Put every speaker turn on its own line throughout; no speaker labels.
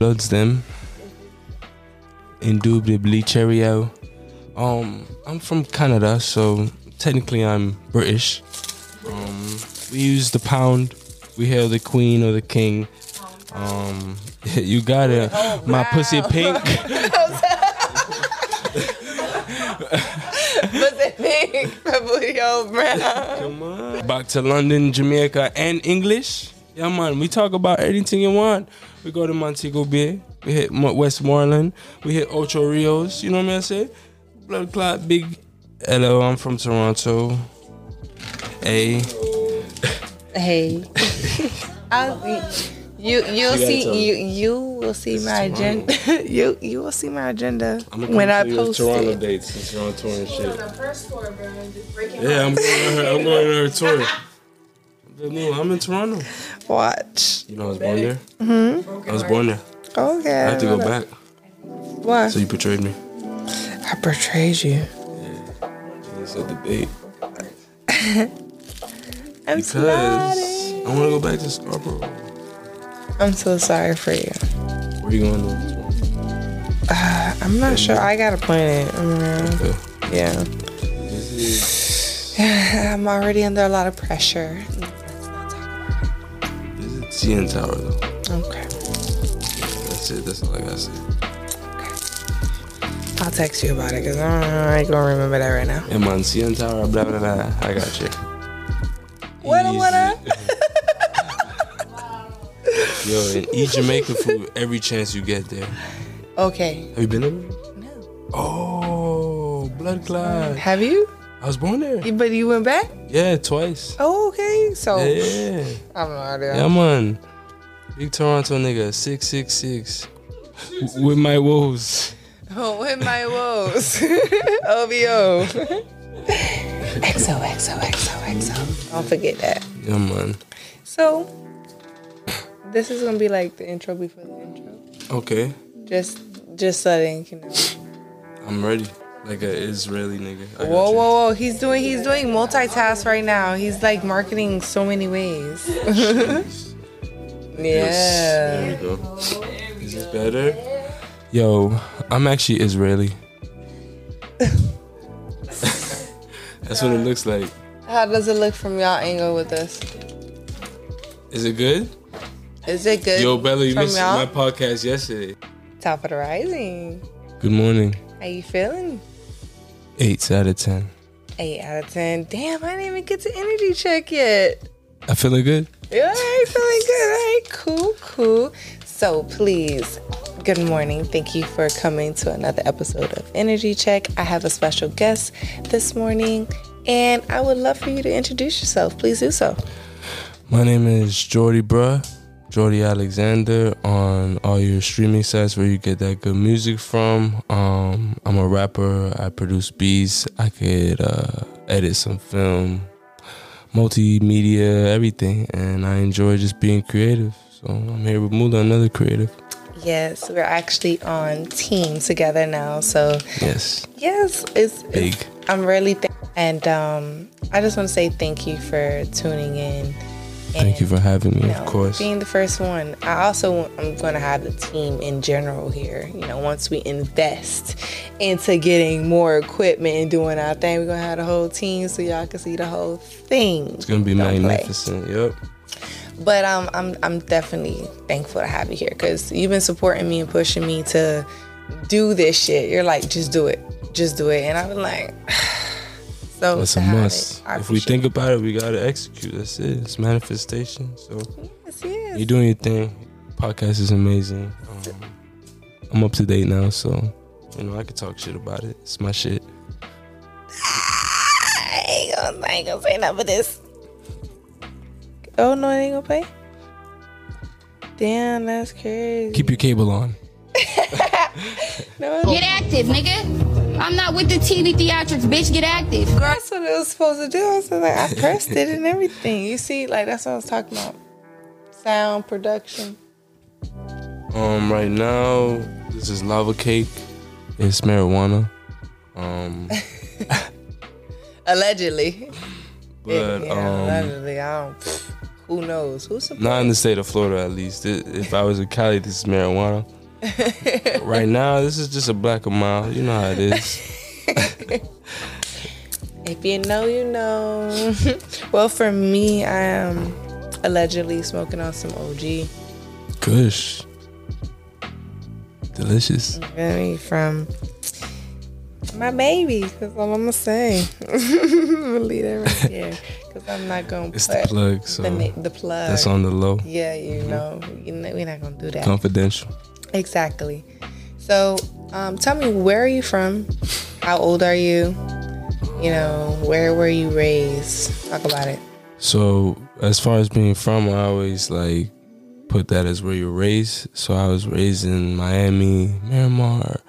loves them. Indubitably, cheerio. Um, I'm from Canada, so technically I'm British. Um, we use the pound. We hail the queen or the king. Um, you got it. My pussy pink.
What's it pink? My booty all brown.
Back to London, Jamaica, and English. Yeah, man. We talk about anything you want. We go to Montego Bay. We hit Mo- Westmoreland. We hit Ocho Rios. You know what I'm saying? Blood clot, big. Hello, I'm from Toronto. Hey.
Hey. I'll, you you'll
gotta tell
see you you will see my agenda. you you will see my agenda when I post it.
dates and Toronto and shit.
on her store, bro, and just breaking
Yeah, I'm going to her. I'm going to her tour. No, I'm in Toronto.
Watch.
You know, I was born there. Mm-hmm. I was born there.
Okay.
I have to go back.
Why?
So you betrayed me.
I betrayed you.
You said the date.
I'm sorry.
Because I want to go back to Scarborough. Where
I'm so sorry for you.
you going though?
I'm not sure. I got a plan. Mm,
Okay.
yeah.
This is
I'm already under a lot of pressure.
this is CN Tower though.
Okay.
That's it. That's all I gotta say.
I'll text you about it because I ain't gonna remember that right now.
Yeah, man. CN Tower. Blah blah blah. I got you.
What up, what up?
Yo, and eat Jamaican food every chance you get there. Have
Okay.
you been there?
No.
Oh, blood clot.
Have you?
I was born there.
You- But you went back?
Yeah, twice.
Oh, okay. So
Yeah.
I have no idea.
Yeah, man. Big Toronto nigga, 666. With my woes.
Oh, with my woes. OVO. XO, XO, XO, XO. Don't forget that.
Yeah, man.
So, this is gonna be like the intro before the intro.
Okay.
Just, just so they can know.
I'm ready. Like a Israeli nigga. I got
Whoa,
you.
whoa, whoa! He's doing, he's doing multitask right now. He's like marketing so many ways. yeah.
There we go. Is this better? Yo, I'm actually Israeli. That's what it looks like.
How does it look from y'all angle with us?
Is it good?
Is it good?
Yo, Bella, you
from
missed
y'all?
my podcast yesterday.
Top of the rising.
Good morning.
How you feeling?
Eight out of ten.
Eight out of ten. Damn, I didn't even get to energy check yet.
I feeling good?
Yeah, I feeling good. All right, cool, cool. So please, good morning. Thank you for coming to another episode of Energy Check. I have a special guest this morning, and I would love for you to introduce yourself. Please do so.
My name is Jordy Bruh, Jordy Alexander on all your streaming sites where you get that good music from. Um, I'm a rapper. I produce beats. I could uh, edit some film, multimedia, everything, and I enjoy just being creative. So I'm here with Mula, another creative.
Yes, we're actually on team together now. So
Yes,
yes, it's, it's
big.
I'm really th- and um, I just want to say thank you for tuning in.
Thank you for having me. Of
know,
course.
Being the first one. I also am going to have the team in general here. You know, once we invest into getting more equipment and doing our thing, we're going to have the whole team so y'all can see the whole thing.
It's gonna be
Don't play.
magnificent. Yep.
But um, I'm, I'm definitely thankful to have you here because you've been supporting me and pushing me to do this shit. You're like, just do it. Just do it. And I've been like, so
That's
to
a
have it,
must.
I
If we
appreciate
think about it, we gotta execute. That's it. It's manifestation. So.
this, yes.
You're doing your thing. Podcast is amazing. Um, I'm up to date now, so you know I could talk shit about it. It's my shit.
I ain't gonna, I ain't gonna say nothing but this. Oh no, it ain't gonna play. Damn, that's crazy.
Keep your cable on.
no, it-
Get active, nigga. I'm not with the TV theatrics, bitch. Get active.
that's what it was supposed to do. I was like, I pressed it and everything. You see, like that's what I was talking about. Sound production.
Um, right now this is lava cake. It's marijuana. Um,
Allegedly.
but um,
yeah, allegedly. I don't. Who knows? Who supports?
Not in the state of Florida, at least. I- If I was in Cali, this is marijuana. right now, this is just a black and mild. You know how it is.
If you know, you know. well, for me, I am allegedly smoking on some OG.
Kush. Delicious.
Really from my baby. That's all I'm gonna say. I'ma Leave that right there. Cause I'm not gonna
It's the
put
plug, so
the, ma- the plug.
that's Mm-hmm. on the low.
Yeah, you know, you know, we're not gonna do that.
Confidential.
Exactly. So, um, tell me, where are you from? How old are you? You know, where were you raised? Talk about it.
So as far as being from, I always like put that as where you're raised. So I was raised in Miami, Miramar,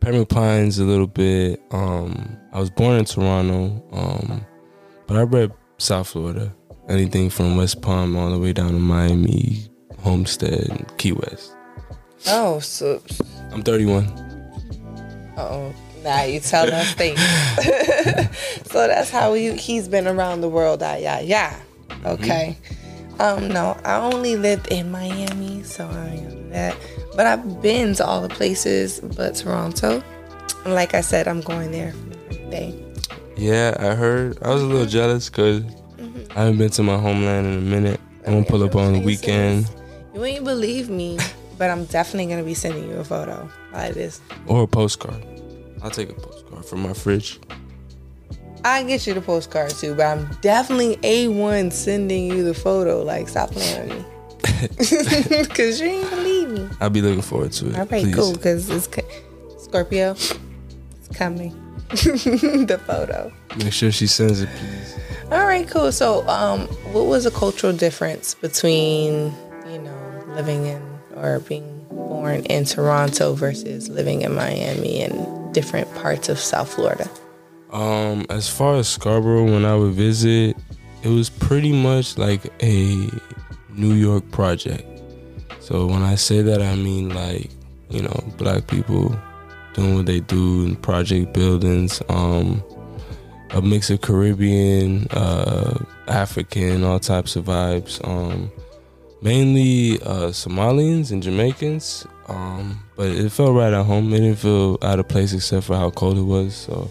Pembroke Pines a little bit. Um, I was born in Toronto, um, but I rep South Florida. Anything from West Palm all the way down to Miami, Homestead, and Key West.
Oh, so,
I'm 31.
oh, now you tell us things. so that's how you, he's been around the world. Ah, yeah, yeah.
Mm-hmm.
Okay. Um, no, I only lived in Miami, so I ain't gonna do that. But I've been to all the places but Toronto. And like I said, I'm going there for my birthday.
Yeah, I heard. I was a little jealous because I haven't been to my homeland in a minute. I'm gonna pull up on the weekend
You ain't believe me, but I'm definitely gonna be sending you a photo like this.
or a postcard. I'll take a postcard from my fridge.
I get you the postcard too, but I'm definitely A1 sending you the photo. Like, stop playing with me. Cause you ain't believe me.
I'll be looking forward to it.
All right,
please.
cool. Cause it's co- Scorpio, it's coming. the photo.
Make sure she sends it, please.
All right, cool. So, um, what was the cultural difference between you know living in or being born in Toronto versus living in Miami and different parts of South Florida?
Um, as far as Scarborough, when I would visit, it was pretty much like a New York project. So when I say that, I mean like you know black people doing what they do in project buildings. Um, a mix of Caribbean, uh, African, all types of vibes. Um, mainly uh, Somalians and Jamaicans. Um, but it felt right at home. It didn't feel out of place except for how cold it was. So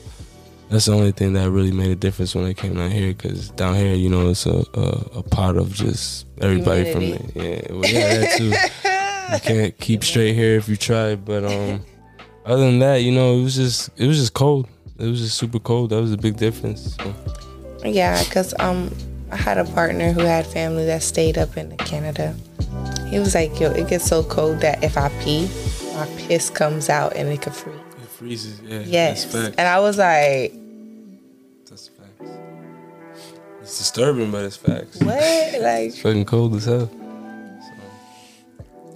that's the only thing that really made a difference when I came down here. Because down here, you know, it's a, a, a pot of just everybody
Humidity.
from it. Yeah, well, yeah, that too. you can't keep straight here if you try. But um, other than that, you know, it was just it was just cold. It was just super cold. That was a big difference. So,
Yeah, cause um, I had a partner who had family that stayed up in Canada. He was like, "Yo, it gets so cold that if I pee, my piss comes out and it could freeze."
it freezes. Yeah.
Yes, and I was like.
That's facts. It's disturbing, but it's facts.
What? Like,
It's fucking cold as hell. So,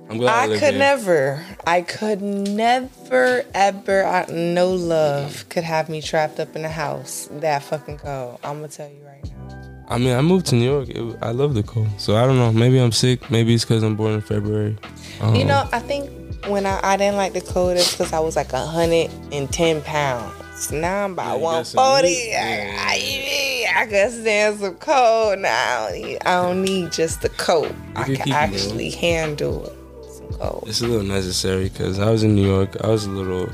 I'm glad I,
I
live
could
here.
never, I could never, ever, I, no love could have me trapped up in a house that fucking cold. I'm gonna tell you right now.
I mean, I moved to New York. It, I love the cold. So I don't know. Maybe I'm sick. Maybe it's because I'm born in February. Um,
You know, I think when I, I didn't like the cold, it's because I was like 110 pounds. Now I'm
Yeah,
about
you got some
140.
meat. Yeah.
I, I, I can stand some cold now. I don't need, I don't need just the coat. I
can
can
keep it, bro.
actually handle some cold.
it's a little necessary because I was in New York. I was a little,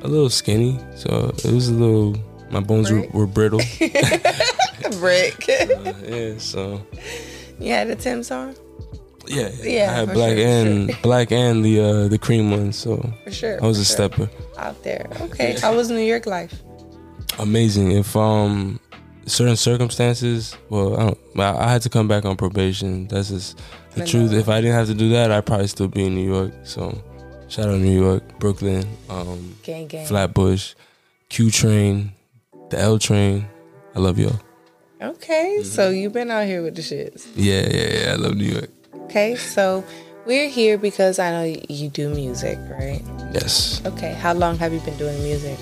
a little skinny. So it was a little. My bones were,
Right.
were brittle.
Brick.
Uh, yeah. So
you had the Tim's on?
yeah.
Yeah,
I had
for
black
sure, for
and black and the uh, the cream one. So
For sure.
I was
for
a
sure.
stepper.
out there. Okay, how was New York life?
amazing if um certain circumstances well i don't i I had to come back on probation that's just the
I
truth
know.
if i didn't have to do that i'd probably still be in new york so shout out new york brooklyn um
Gang, gang.
flatbush q train the l train i love y'all
Okay,
Mm-hmm.
so you've been out here with the shits.
yeah yeah yeah i love new york
Okay, so we're here because I know y- you do music, right?
yes
Okay, how long have you been doing music?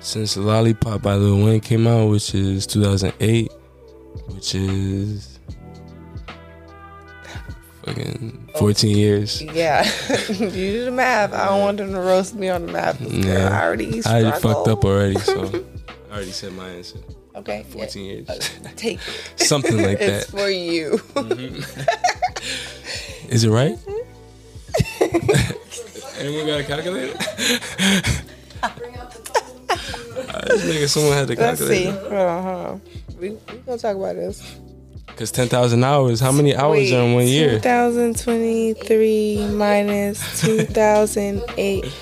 since lollipop by lil wayne came out which is 2008 which is fucking 14 years
Yeah, you do the math. I don't want them to roast me on the math. Girl, I already
I
struggled.
fucked up already, so I already said my answer.
Okay. Yeah.
14 years.
Take it.
Something like that.
It's
Mm-hmm.
for you.
Is it right? Anyone got a calculator? I was making someone had a
Let's see.
calculator.
Hold on, hold on. We, we gonna talk about this.
Because 10,000 hours, how many hours
Wait,
are in one year?
2023 minus 2008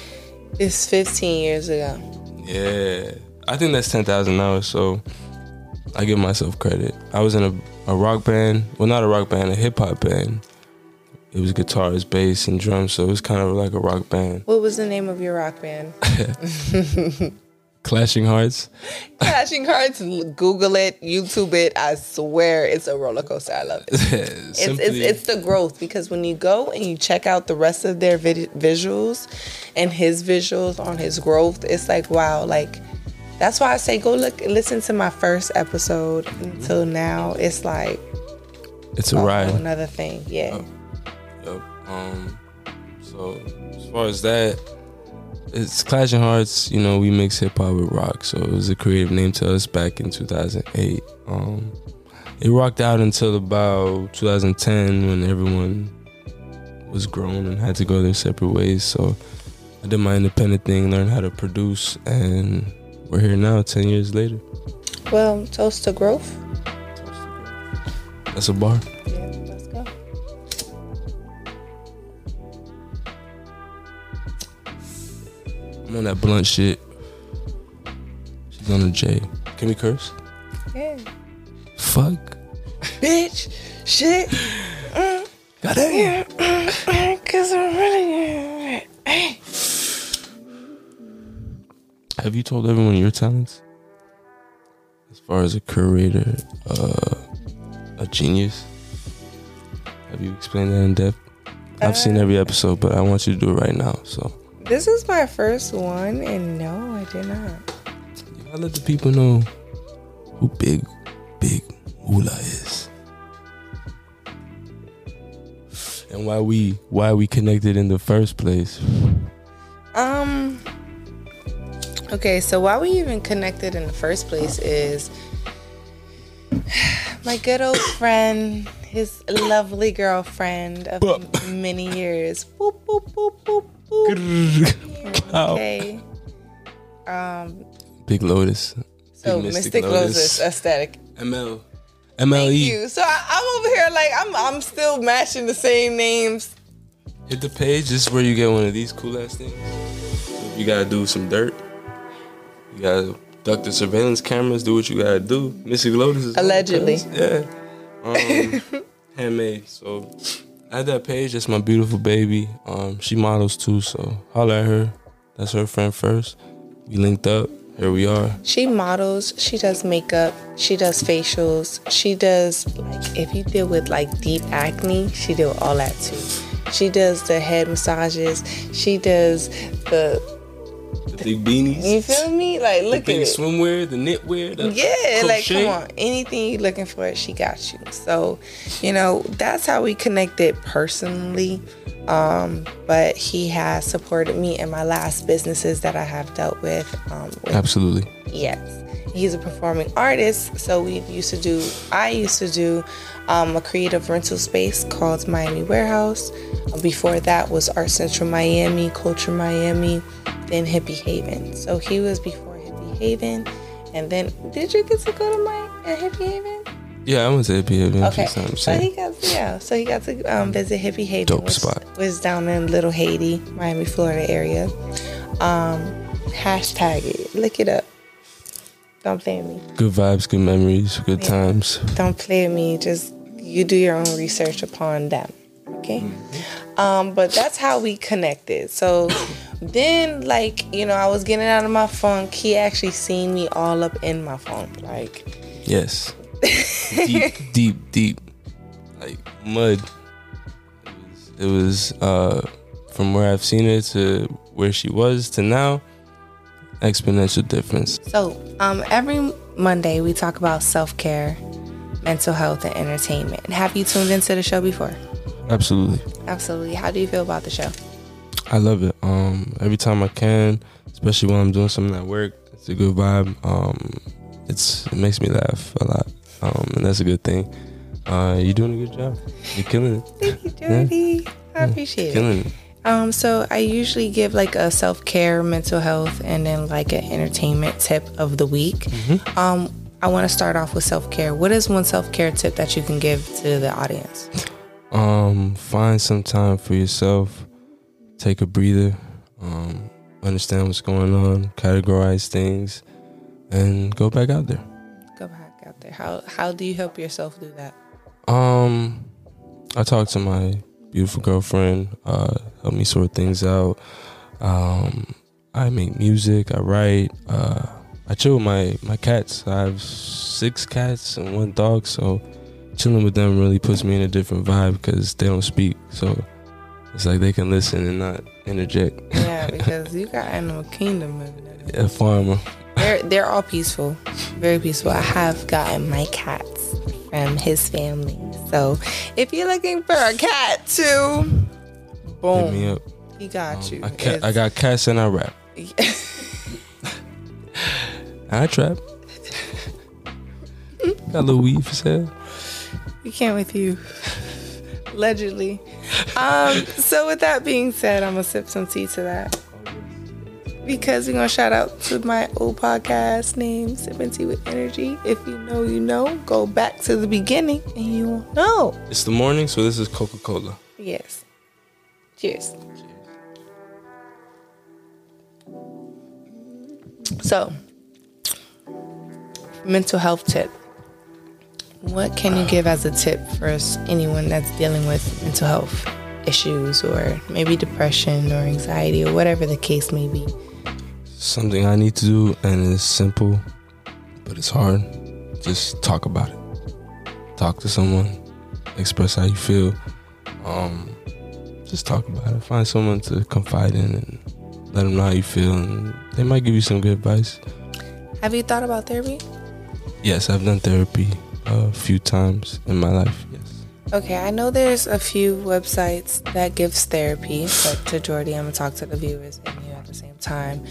is 15 years ago.
Yeah. I think that's 10,000 hours, so I give myself credit. I was in a, a rock band. Well, not a rock band, a hip hop band. It was guitars, bass, and drums, so it was kind of like a rock band.
What was the name of your rock band?
Clashing Hearts.
Clashing Hearts. Google it, YouTube it. I swear it's a roller coaster. I love it. It's, it's,
Simply-
it's the growth because when you go and you check out the rest of their vid- visuals and his visuals on his growth, it's like, wow, like that's why I say go look listen to my first episode until now. It's like
it's a
a
ride.
whole another thing. Yeah.
Yep. Um. So as far as that, it's Clashing Hearts. You know, we mix hip hop with rock, so it was a creative name to us back in 2008. Um, it rocked out until about 2010 when everyone was grown and had to go their separate ways. So I did my independent thing, learned how to produce, and we're here now, 10 years later.
Well, toast to growth.
That's a bar.
Yeah, let's go.
I'm on that blunt shit. She's on the J. Can we curse?
Yeah.
Fuck.
Bitch, shit.
Goddamn.
Cause I'm really hey.
Have you told everyone your talents? As far as a curator, uh, a genius? Have you explained that in depth? I've seen every episode, but I want you to do it right now. So
This is my first one and no, I did not.
you gotta let the people know who Big, Big Moolah is. And why we why we connected in the first place.
Um Okay, so why we even connected in the first place is my good old friend, his lovely girlfriend of
Boop.
many years. Boop, boop, boop, boop, boop.
Ow.
Okay. Um,
Big Lotus.
so
Big
Mystic Lotus aesthetic.
ML.
Thank
MLE.
you. So I, I'm over here like I'm I'm still matching the same names.
Hit the page. This is where you get one of these cool ass things. So if you gotta do some dirt, you gotta duck the surveillance cameras. Do what you gotta do. Missy Lotus is on the
Allegedly.
covers. Yeah. Um, handmade. So at that page, that's my beautiful baby. Um, she models too, so holler at her. That's her friend first. We linked up. Here we are.
She models, she does makeup, she does facials, she does like if you deal with like deep acne, she do all that too. She does the head massages, she does the
The big beanies.
you feel me? Like
the
look at
big
it.
swimwear, the knitwear, the
Yeah, like
crochet.
come on. Anything you're looking for, she got you. So, you know, that's how we connected personally. Um, but he has supported me in my last businesses that I have dealt with. Um, with
Absolutely.
yes. He's a performing artist, so we used to do. I used to do um, a creative rental space called Miami Warehouse. Before that was Art Central Miami, Culture Miami, then Hippie Haven. So he was before Hippie Haven, and then did you get to go to my uh, Hippie Haven?
Yeah, I went to APA.
Okay,
I'm
so he
saying.
got yeah, so he got to um, visit Hippie Haven,
Dope
which
spot.
was down in Little Haiti, Miami, Florida area. Um, hashtag it, look it up. Don't play with me.
Good vibes, good memories, good times.
Don't play with me. Just you do your own research upon them. Okay.
Mm-hmm.
Um, but that's how we connected. So then, like you know, I was getting out of my funk. He actually seen me all up in my funk, like.
Yes. deep, deep, deep. Like mud. It was, it was uh from where I've seen her to where she was to now, exponential difference.
So, um, every Monday we talk about self care, mental health, and entertainment. And Have you tuned into the show before?
Absolutely.
Absolutely. How do you feel about the show?
I love it. Um every time I can, especially when I'm doing something at work, it's a good vibe. Um it's it makes me laugh a lot, um, and that's a good thing. Uh, you're doing a good job. You're killing it.
Thank you, Jordy. I appreciate it.
Killing it.
Hmm. Um, so I usually give like a self care, mental health, and then like an entertainment tip of the week. Um, I want to start off with self care. What is one self care tip that you can give to the audience?
Um, find some time for yourself. Take a breather. Um, understand what's going on. Categorize things, and go back out there.
Go back out there. How how do you help yourself do that?
Um, I talked to my beautiful girlfriend. Uh, help me sort things out. Um, I make music. I write. Uh, I chill with my my cats. I have six cats and one dog. So chilling with them really puts me in a different vibe because they don't speak. So it's like they can listen and not interject.
Yeah, because you got animal kingdom. over there.
A farmer.
They're they're all peaceful, very peaceful. I have gotten my cats from his family. So if you're looking for a cat too,
Hit me
boom,
up. Um,
he got you.
I, ca- I
It's-
got cats and I rap. I trap. got a little weed for sale.
We can't with you. Allegedly. Um, so with that being said, I'm gonna sip some tea to that. Because we're gonna shout out to my old podcast name, Sipping Tea with Energy. If you know, you know, go back to the beginning and you will know.
It's the morning, so this is Coca Cola.
Yes. Cheers. So, mental health tip. What can you give as a tip for s- anyone that's dealing with mental health issues or maybe depression or anxiety or whatever the case may be?
Something I need to do, and it's simple, but it's hard. Just talk about it. Talk to someone. Express how you feel. Um, just talk about it. Find someone to confide in and let them know how you feel, and they might give you some good advice.
Have you thought about therapy?
Yes, I've done therapy a few times in my life. Yes.
Okay, I know there's a few websites that gives therapy, but to Jordy, I'm gonna talk to the viewers and you at the same time.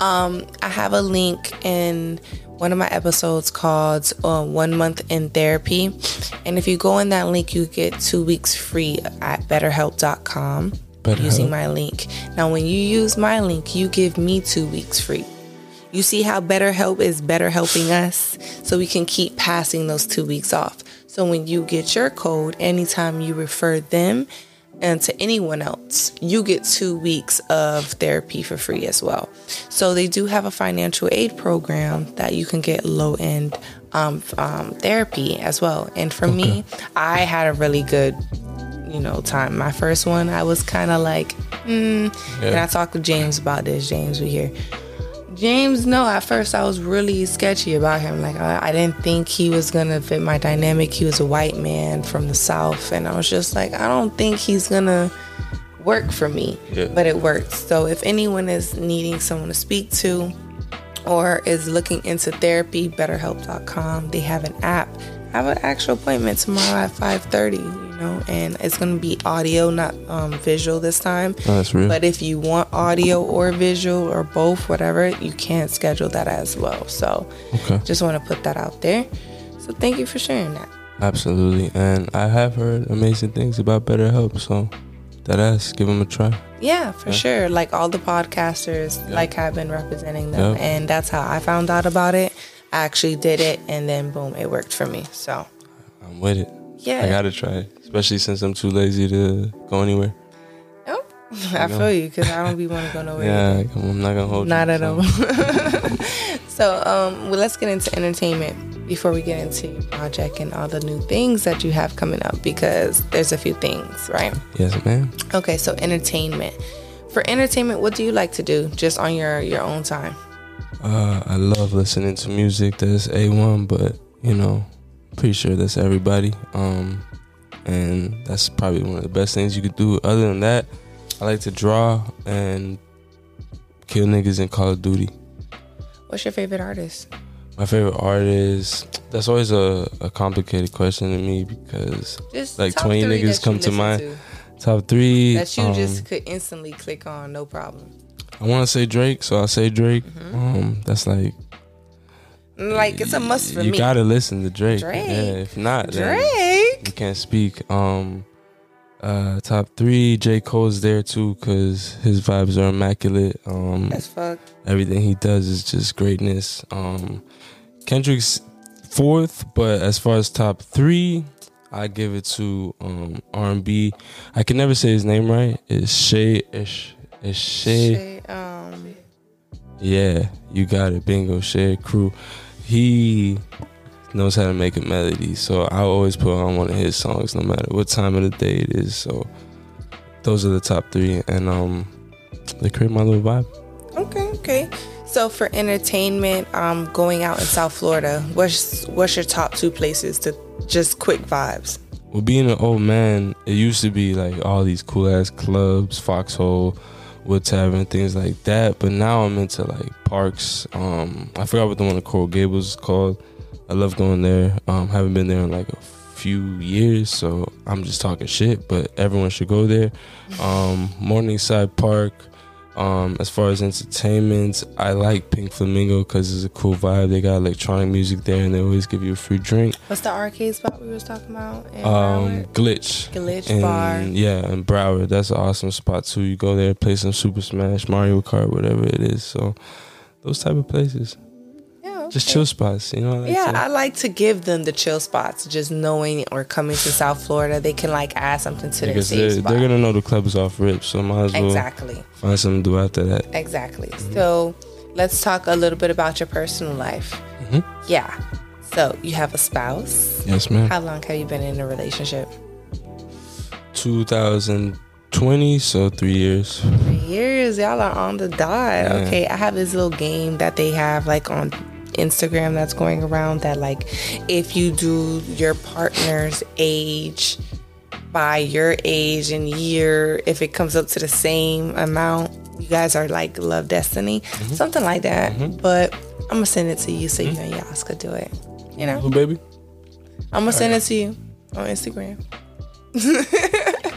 Um, I have a link in one of my episodes called uh, "One Month in Therapy," and if you go in that link, you get two weeks free at BetterHelp.com using
BetterHelp.
my link. Now, when you use my link, you give me two weeks free. You see how BetterHelp is better helping us so we can keep passing those two weeks off. So when you get your code, anytime you refer them and to anyone else, you get two weeks of therapy for free as well. So they do have a financial aid program that you can get low end um, um, therapy as well. And for me, I had a really good you know, time. My first one, I was kind of like, hmm. And I talked to James about this. James, we here. James, no, at first I was really sketchy about him. Like, I, I didn't think he was gonna fit my dynamic. He was a white man from the South. And I was just like, I don't think he's gonna work for me.
Yeah.
But it worked. So if anyone is needing someone to speak to, or is looking into therapy, betterhelp.com. They have an app. I have an actual appointment tomorrow at 5:30, you know, and it's going to be audio, not um, visual this time.
Oh, that's real.
But if you want audio or visual or both, whatever, you can schedule that as well. So,
Okay.
just want to put that out there. So, thank you for sharing that.
Absolutely, and I have heard amazing things about BetterHelp, so that ass, give them a try.
Yeah, for sure. Like all the podcasters, like I've been representing them,
Yeah.
and that's how I found out about it. I actually did it, and then boom, it worked for me. So,
I'm with it.
yeah.
I gotta try it, especially since I'm too lazy to go anywhere.
Oh, I feel you because I don't be want to go nowhere.
Yeah, I'm not gonna hold.
Not
you,
at
so.
all. so, um, well, let's get into entertainment before we get into your project and all the new things that you have coming up because there's a few things, right?
Yes, man.
Okay, so entertainment. For entertainment, what do you like to do just on your your own time?
Uh, I love listening to music. That's a one, but you know, pretty sure that's everybody. Um, and that's probably one of the best things you could do. Other than that, I like to draw and kill niggas in Call of Duty.
What's your favorite artist?
My favorite artist. That's always a, a complicated question to me because
Just
Like
top
20
three
niggas
that you
come to
listen
mind. top three.
that you
um,
just could instantly click on, no problem.
I want to say Drake, so I'll say Drake. Um, that's like
Mm-hmm. Like it's a must for
you
me.
gotta listen to Drake.
Drake.
Yeah, if not, then
Drake.
you can't speak. Um, uh, top three, J Cole's there too because his vibes are immaculate. Um,
As fuck.
everything he does is just greatness. Um, Kendrick's fourth, but as far as top three, I give it to um, R&B. I can never say his name right. It's Shay Ish. It's Shay.
Shit, um,
Yeah, you got it. Bingo. Shay Crew. He knows how to make a melody, so I always put on one of his songs, no matter what time of the day it is. So those are the top three, and um, they create my little vibe.
okay, okay. So for entertainment, um, going out in South Florida, what's what's your top two places to just quick vibes?
Well, being an old man, it used to be like all these cool ass clubs, Foxhole, Wood Tavern, things like that. But now I'm into like parks. Um, I forgot what the one in Coral Gables is called. I love going there. Um, haven't been there in like a few years, so I'm just talking shit. But everyone should go there. Um, Morningside Park. Um, as far as entertainment, I like Pink Flamingo because it's a cool vibe. They got electronic music there, and they always give you a free drink.
What's the arcade spot we was talking about? in
Um,
Broward?
Glitch.
Glitch
And,
bar.
Yeah, and Broward. That's an awesome spot too. You go there, play some Super Smash, Mario Kart, whatever it is. So those type of places,
Yeah,
just
okay.
chill spots. You know. What I
Yeah, I like to give them the chill spots. Just knowing or coming to South Florida, they can like add something to their
because
safe
they're,
spot.
they're gonna know the club is off rip, so might as well
exactly,
find something to do after that.
exactly. So let's talk a little bit about your personal life.
Mhm.
Yeah. So you have a spouse.
Yes, ma'am.
How long have you been in a relationship?
2020, so three years.
years. Y'all are on the dot. Okay, I have this little game that they have like on Instagram that's going around that like if you do your partner's age by your age and year, if it comes up to the same amount, you guys are like love destiny, something like that. But I'm gonna send it to you so you and Yas could do it. You know,
Little baby.
I'm
Oh,
gonna send it to you on Instagram.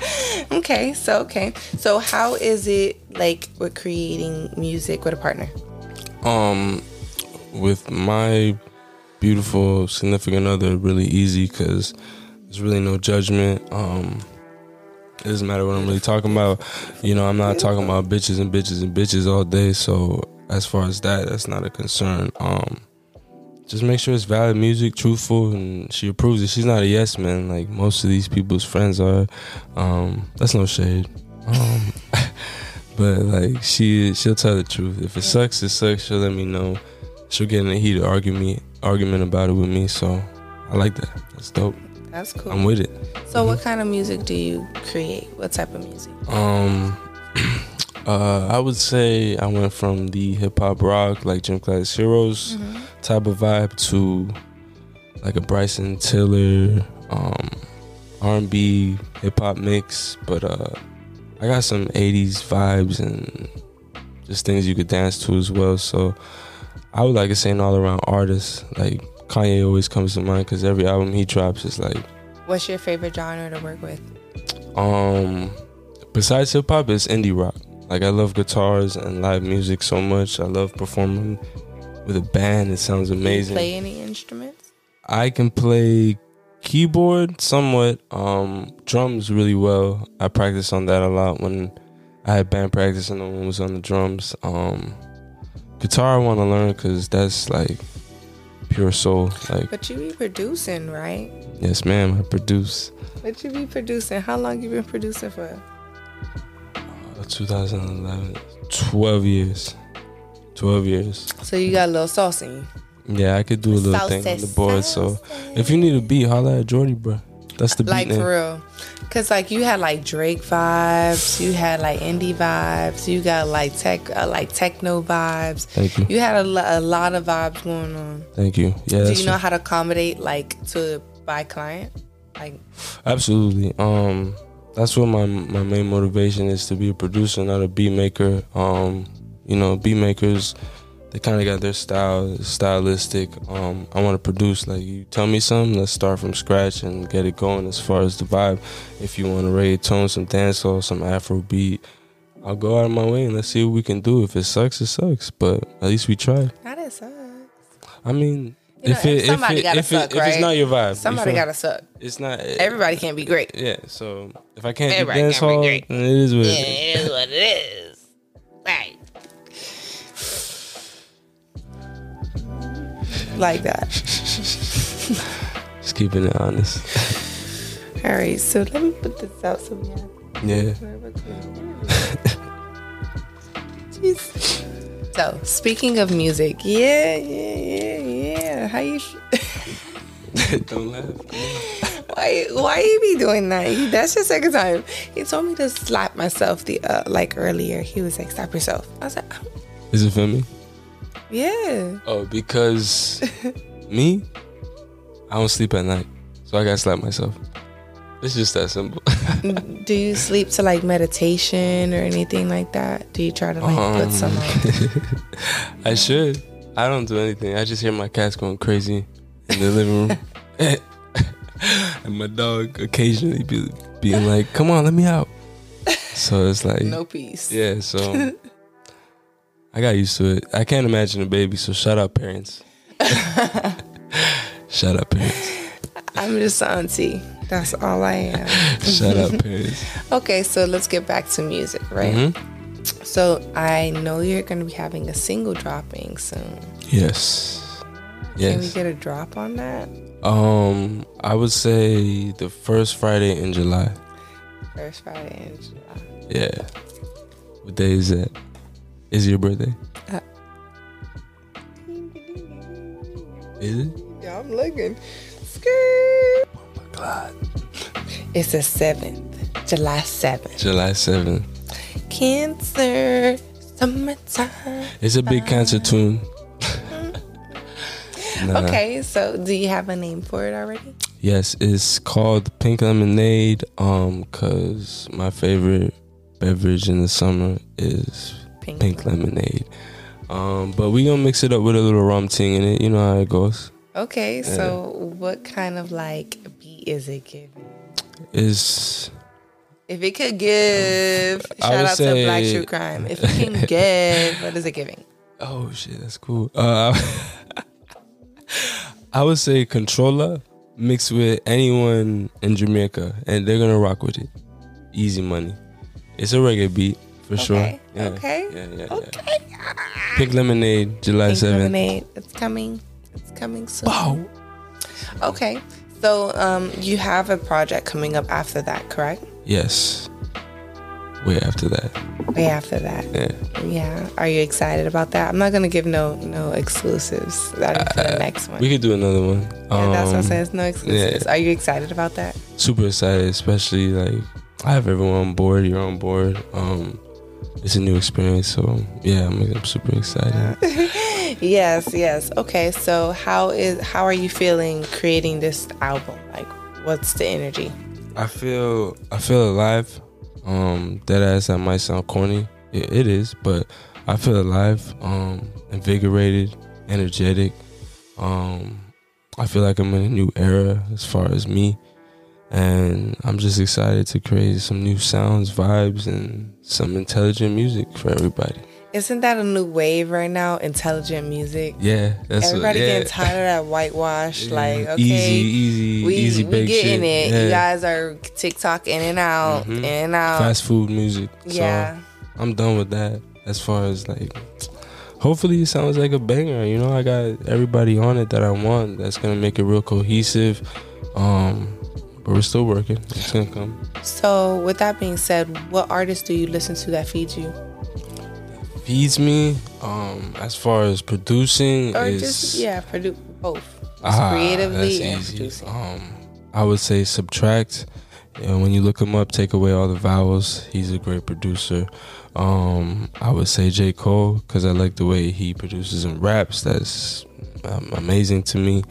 Okay, so okay. So how is it like with creating music with a partner?
um with my beautiful significant other really easy because there's really no judgment um it doesn't matter what i'm really talking about you know i'm not talking about bitches and bitches and bitches all day so as far as that that's not a concern um just make sure it's valid music truthful and she approves it she's not a yes man like most of these people's friends are um that's no shade um but like she she'll tell the truth. If it sucks, it sucks. She'll let me know. She'll get in a heated argument argument about it with me. So I like that. That's dope.
That's cool.
I'm with it.
so what kind of music do you create? What type of music?
Um, uh, I would say I went from the hip hop rock like Jim Class Heroes
Mm-hmm.
type of vibe to like a Bryson Tiller um, R and B hip hop mix, but uh, I got some '80s vibes and just things you could dance to as well. So I would like to say an all around artist. Like Kanye always comes to mind because every album he drops is like
What's your favorite genre to work with?
um, besides hip hop, it's indie rock. Like I love guitars and live music so much. I love performing with a band. It sounds amazing.
Do you play any instruments?
I can play keyboard somewhat, um, drums really well. I practiced on that a lot when I had band practice and no one was on the drums. Um, guitar I want to learn because that's like pure soul. Like
But you be producing, right?
yes, ma'am. I produce.
But you be producing. How long you been producing for?
2011, 12 years. 12 years.
So you got a little sauce in you.
Yeah, I could do a little
Salsa,
thing on the board. So if you need a beat, holla at Jordy, bro. That's the beat
Like
name.
for real. Cause like you had like Drake vibes, you had like indie vibes, you got like tech uh, like techno vibes.
Thank you.
You had a, lo- a lot of vibes going on.
Thank you. Yeah,
Do
that's
you know how to accommodate like to by client? Like
Absolutely. Um, that's what my my main motivation is to be a producer, not a beat maker. Um, you know, beat makers, they kind of got their style, stylistic. Um, I want to produce like you tell me something, let's start from scratch and get it going. As far as the vibe, if you want to reggaeton, some dancehall, some Afro beat, I'll go out of my way and let's see what we can do. If it sucks, it sucks, but at least we tried.
how does that?
I mean,
You know,
if it if
somebody
it,
gotta
if, it,
suck,
if it's
right?
not your vibe, you
Somebody
feel-
gotta suck.
It's not.
Everybody can't be great.
yeah. So if I can't do
Everybody
dance
can't be
hall, then
great.
it is what. it is.
It is what it is. Right. Like that.
Just keeping it honest.
All right, so let me put this out so we have
Yeah.
Jeez. So, speaking of music, yeah, yeah, yeah, yeah. How you?
Don't laugh.
Why? Why you be doing that? He- That's your second time. He told me to slap myself the uh, like earlier. He was like, "Stop yourself." I was like, oh,
Is it for me?
"Yeah."
Oh, because me, I don't sleep at night, so I gotta slap myself. It's just that simple.
Do you sleep to like meditation or anything like that? Do you try to like
Um.
put some? Like,
I should. I don't do anything. I just hear my cats going crazy in the living room, and my dog occasionally be being like, "Come on, let me out." So it's like,
no peace.
yeah. So I got used to it. I can't imagine a baby. So shout out parents. shout out parents.
I'm just an auntie. That's all I am.
Shout out parents.
Okay, so let's get back to music, right?
Mm-hmm.
So I know you're going to be having a single dropping soon.
Yes.
Can we
Yes.
get a drop on that?
Um, I would say the first Friday in July.
First Friday in July.
Yeah. What day is that? Is it your birthday?
Uh.
Is it?
Yeah, I'm looking. Skirt.
Oh my god.
It's the 7th, July 7th.
July 7th.
Cancer, summertime.
It's a big cancer tune. Nah.
Okay, so do you have a name for it already?
Yes, it's called Pink Lemonade. Um, cause my favorite beverage in the summer is
Pink.
pink lemonade. Um, but we gonna mix it up with a little rum ting in it. You know how it goes.
Okay, so what kind of like beat is it giving?
It's
If it could give,
I
shout
would
out to Black
say-
True Crime. If it can give, what is it giving?
oh shit, that's cool. Uh, I would say controller mixed with anyone in Jamaica, and they're gonna rock with it. Easy money. It's a reggae beat for sure.
Okay, okay,
Yeah, yeah, yeah.
Okay.
Pink lemonade, July
Pink
seventh.
lemonade. It's coming. It's coming soon.
Wow.
Okay. So um, you have a project coming up after that, correct?
Yes. Way after that.
Way after that.
Yeah.
Yeah. Are you excited about that? I'm not gonna give no no exclusives. That for the next one.
Uh, We could do another one.
yeah, that's what I'm
Um,
saying. It's no exclusives.
yeah.
Are you excited about that?
super excited, especially like I have everyone on board. You're on board. Um, it's a new experience, so yeah, I'm, I'm super excited.
Yes, yes. Okay. So how is how are you feeling creating this album? Like, what's the energy?
I feel I feel alive. Um, that ass that might sound corny. It, it is, but I feel alive. Um, invigorated, energetic. Um, I feel like I'm in a new era as far as me. And I'm just excited to create some new sounds, vibes, and some intelligent music for everybody.
Isn't that a new wave right now? Intelligent music.
Yeah, that's
Everybody
what, yeah.
getting tired of that whitewash. Like, okay,
easy, easy,
we
easy
we
bake
getting
shit.
it.
Yeah.
You guys are TikTok in and out,
Mhm.
in and out.
fast food music.
um, yeah,
So I'm done with that. As far as like, hopefully it sounds like a banger. You know, I got everybody on it that I want. That's gonna make it real cohesive. Um, but we're still working. It's gonna come.
so. with that being said, what artists do you listen to that feed you,
Feeds me. Um, as far as producing
or
is
just yeah, produce both Just
Ah, that's
creatively and
easy.
producing?
Um, I would say subtract. And when you look him up, take away all the vowels. He's a great producer. Um, I would say J. Cole because I like the way he produces and raps. That's um, amazing to me.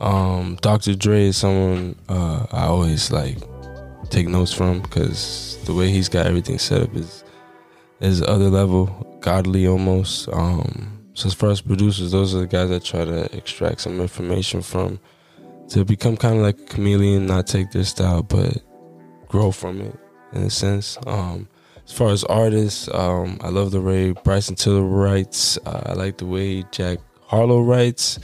Um, Dr. Dre is someone uh, I always like take notes from because the way he's got everything set up is is other level, godly almost. Um, so as far as producers, those are the guys I try to extract some information from to become kind of like a chameleon, not take their style, but grow from it in a sense. Um, as far as artists, um, I love the way Bryson Tiller writes. Uh, I like the way Jack Harlow writes,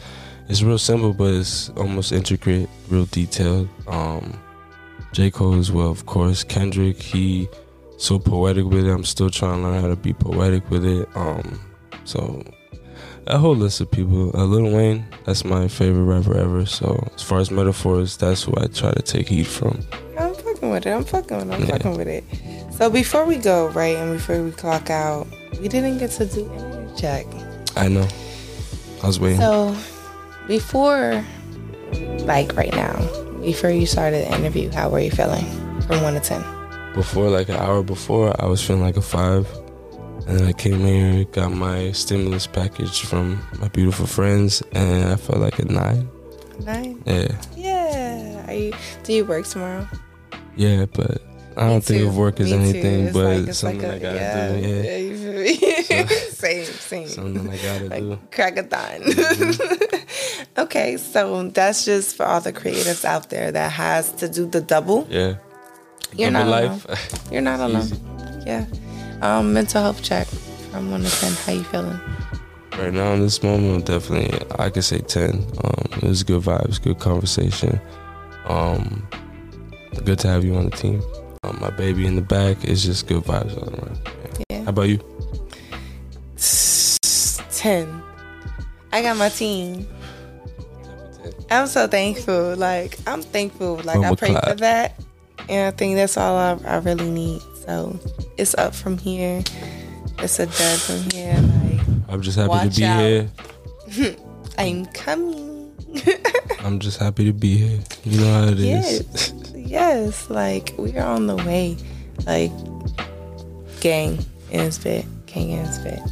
It's real simple, but it's almost intricate, real detailed. Um, J. Cole as well, of course. Kendrick, he so poetic with it. I'm still trying to learn how to be poetic with it. Um, so a whole list of people. Uh, Lil Wayne, that's my favorite rapper ever. So as far as metaphors, that's who I try to take heat from.
I'm fucking with it. I'm fucking with it. I'm
Yeah.
fucking with it. So before we go, right, and before we clock out, we didn't get to do energy check.
I know. I was waiting.
So before, like right now, before you started the interview, how were you feeling from one to ten?
before like an hour before i was feeling like a five and then i came here got my stimulus package from my beautiful friends and i felt like a nine
Nine.
yeah
Yeah. Are you? Do you work tomorrow?
yeah but i don't think
too.
of work as
Me too.
anything
It's
but
like- it's
something
like
i
a-
gotta
yeah,
do yeah
yeah, you feel me? same, same.
something i gotta
like
do Mm-hmm.
crack a thon. okay, so that's just for all the creatives out there that has to do the double.
yeah
You're
Double
not alone.
life
You're not alone.
easy.
Yeah. Um, mental health check from one to ten. How you feeling?
right now in this moment definitely i could say 10 um it was good vibes good conversation um good to have you on the team um, my baby in the back is just good vibes all around
Yeah.
how about you
Ten. I got my team. I'm so thankful. Like I'm thankful. Like
Oh
I
my
pray for
God.
that, and I think that's all I, I really need. So it's up from here. It's a dub from here. Like
I'm just happy
Watch
to be
out.
here.
I'm coming.
I'm just happy to be here. You know how it is.
Yes. yes, like we are on the way. Like gang in his bed. Gang in his bed.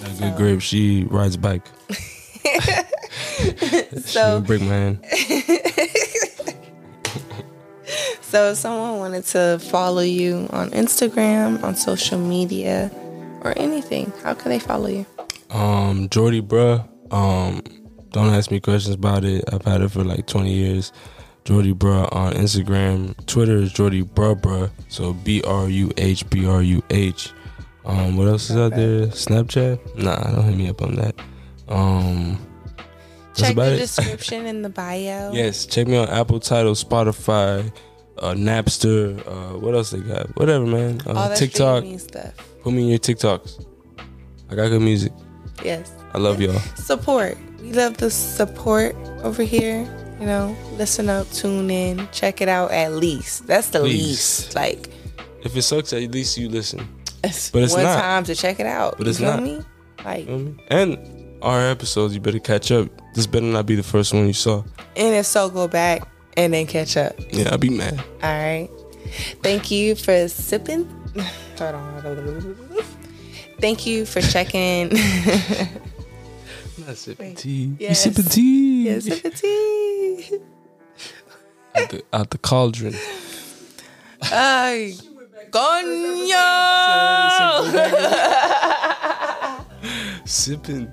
Got good grip. She rides bike. she
So-
didn't break my hand.
So if someone wanted to follow you on Instagram, on social media, or anything, how can they follow you?
Um, Jordy, bruh. Um, don't ask me questions about it. I've had it for like 20 years. Jordy, bruh on Instagram. Twitter is Jordy, bruh, bruh. So B R U H B R U H. Um, what else is out there? Snapchat? Nah, don't hit me up on that. Um, that's
Check
about
the
it.
description in the bio.
Yes, check me on Apple Title, Spotify, uh, Napster. Uh, what else they got? Whatever, man.
All
Uh,
that
TikTok.
streaming stuff.
Put me in your TikToks. I got good music.
Yes.
I love y'all.
Support. We love the support over here. You know, listen up, tune in, check it out at least. That's the
Least.
least. Like
If it sucks, at least you listen.
but
But
it's
it's
one
not.
time to check it out.
But it's
you feel
not.
Me? Like,
You know what I mean? And our episodes, you better catch up. This better not be the first one you saw.
and if so, go back and then catch up.
Yeah, I'll be mad.
All right. Thank you for sipping. Hold on. Thank you for checking.
I'm not sipping
Wait.
tea.
Yes.
You sipping tea?
Yes, sip of tea.
Out, the, out the cauldron.
Ay, coño.
sipping.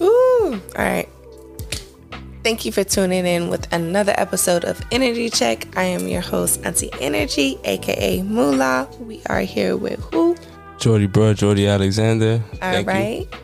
Ooh. All right. Thank you for tuning in with another episode of Energy Check. I am your host, Auntie Energy, aka Moolah. We are here with who?
Jordy, bruh, Jordy Alexander.
All right.
Thank you.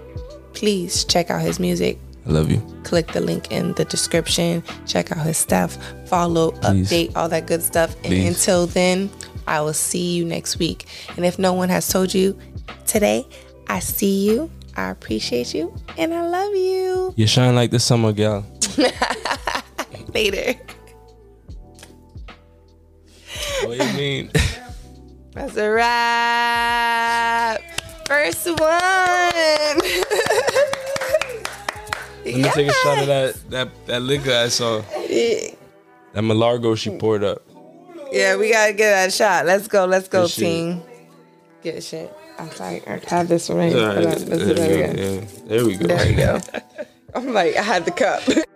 Please check out his music.
I love you.
click the link in the description check out his stuff follow
Please.
update all that good stuff and
Please.
until then i will see you next week and if no one has told you today i see you i appreciate you and i love you
You shine like the summer gal.
later
What do you mean?
that's a wrap first one
Let me take a shot of that that that liquor I saw. That Malargo she poured up.
Yeah, we gotta get that shot. Let's go, let's go,
Good shit.
team. Good shit. I'm sorry, I have this one right
All
here.
right,
Hold on, let's see,
there,
there we go.
we go. yeah, there we go.
There we go. I'm like, I had the cup.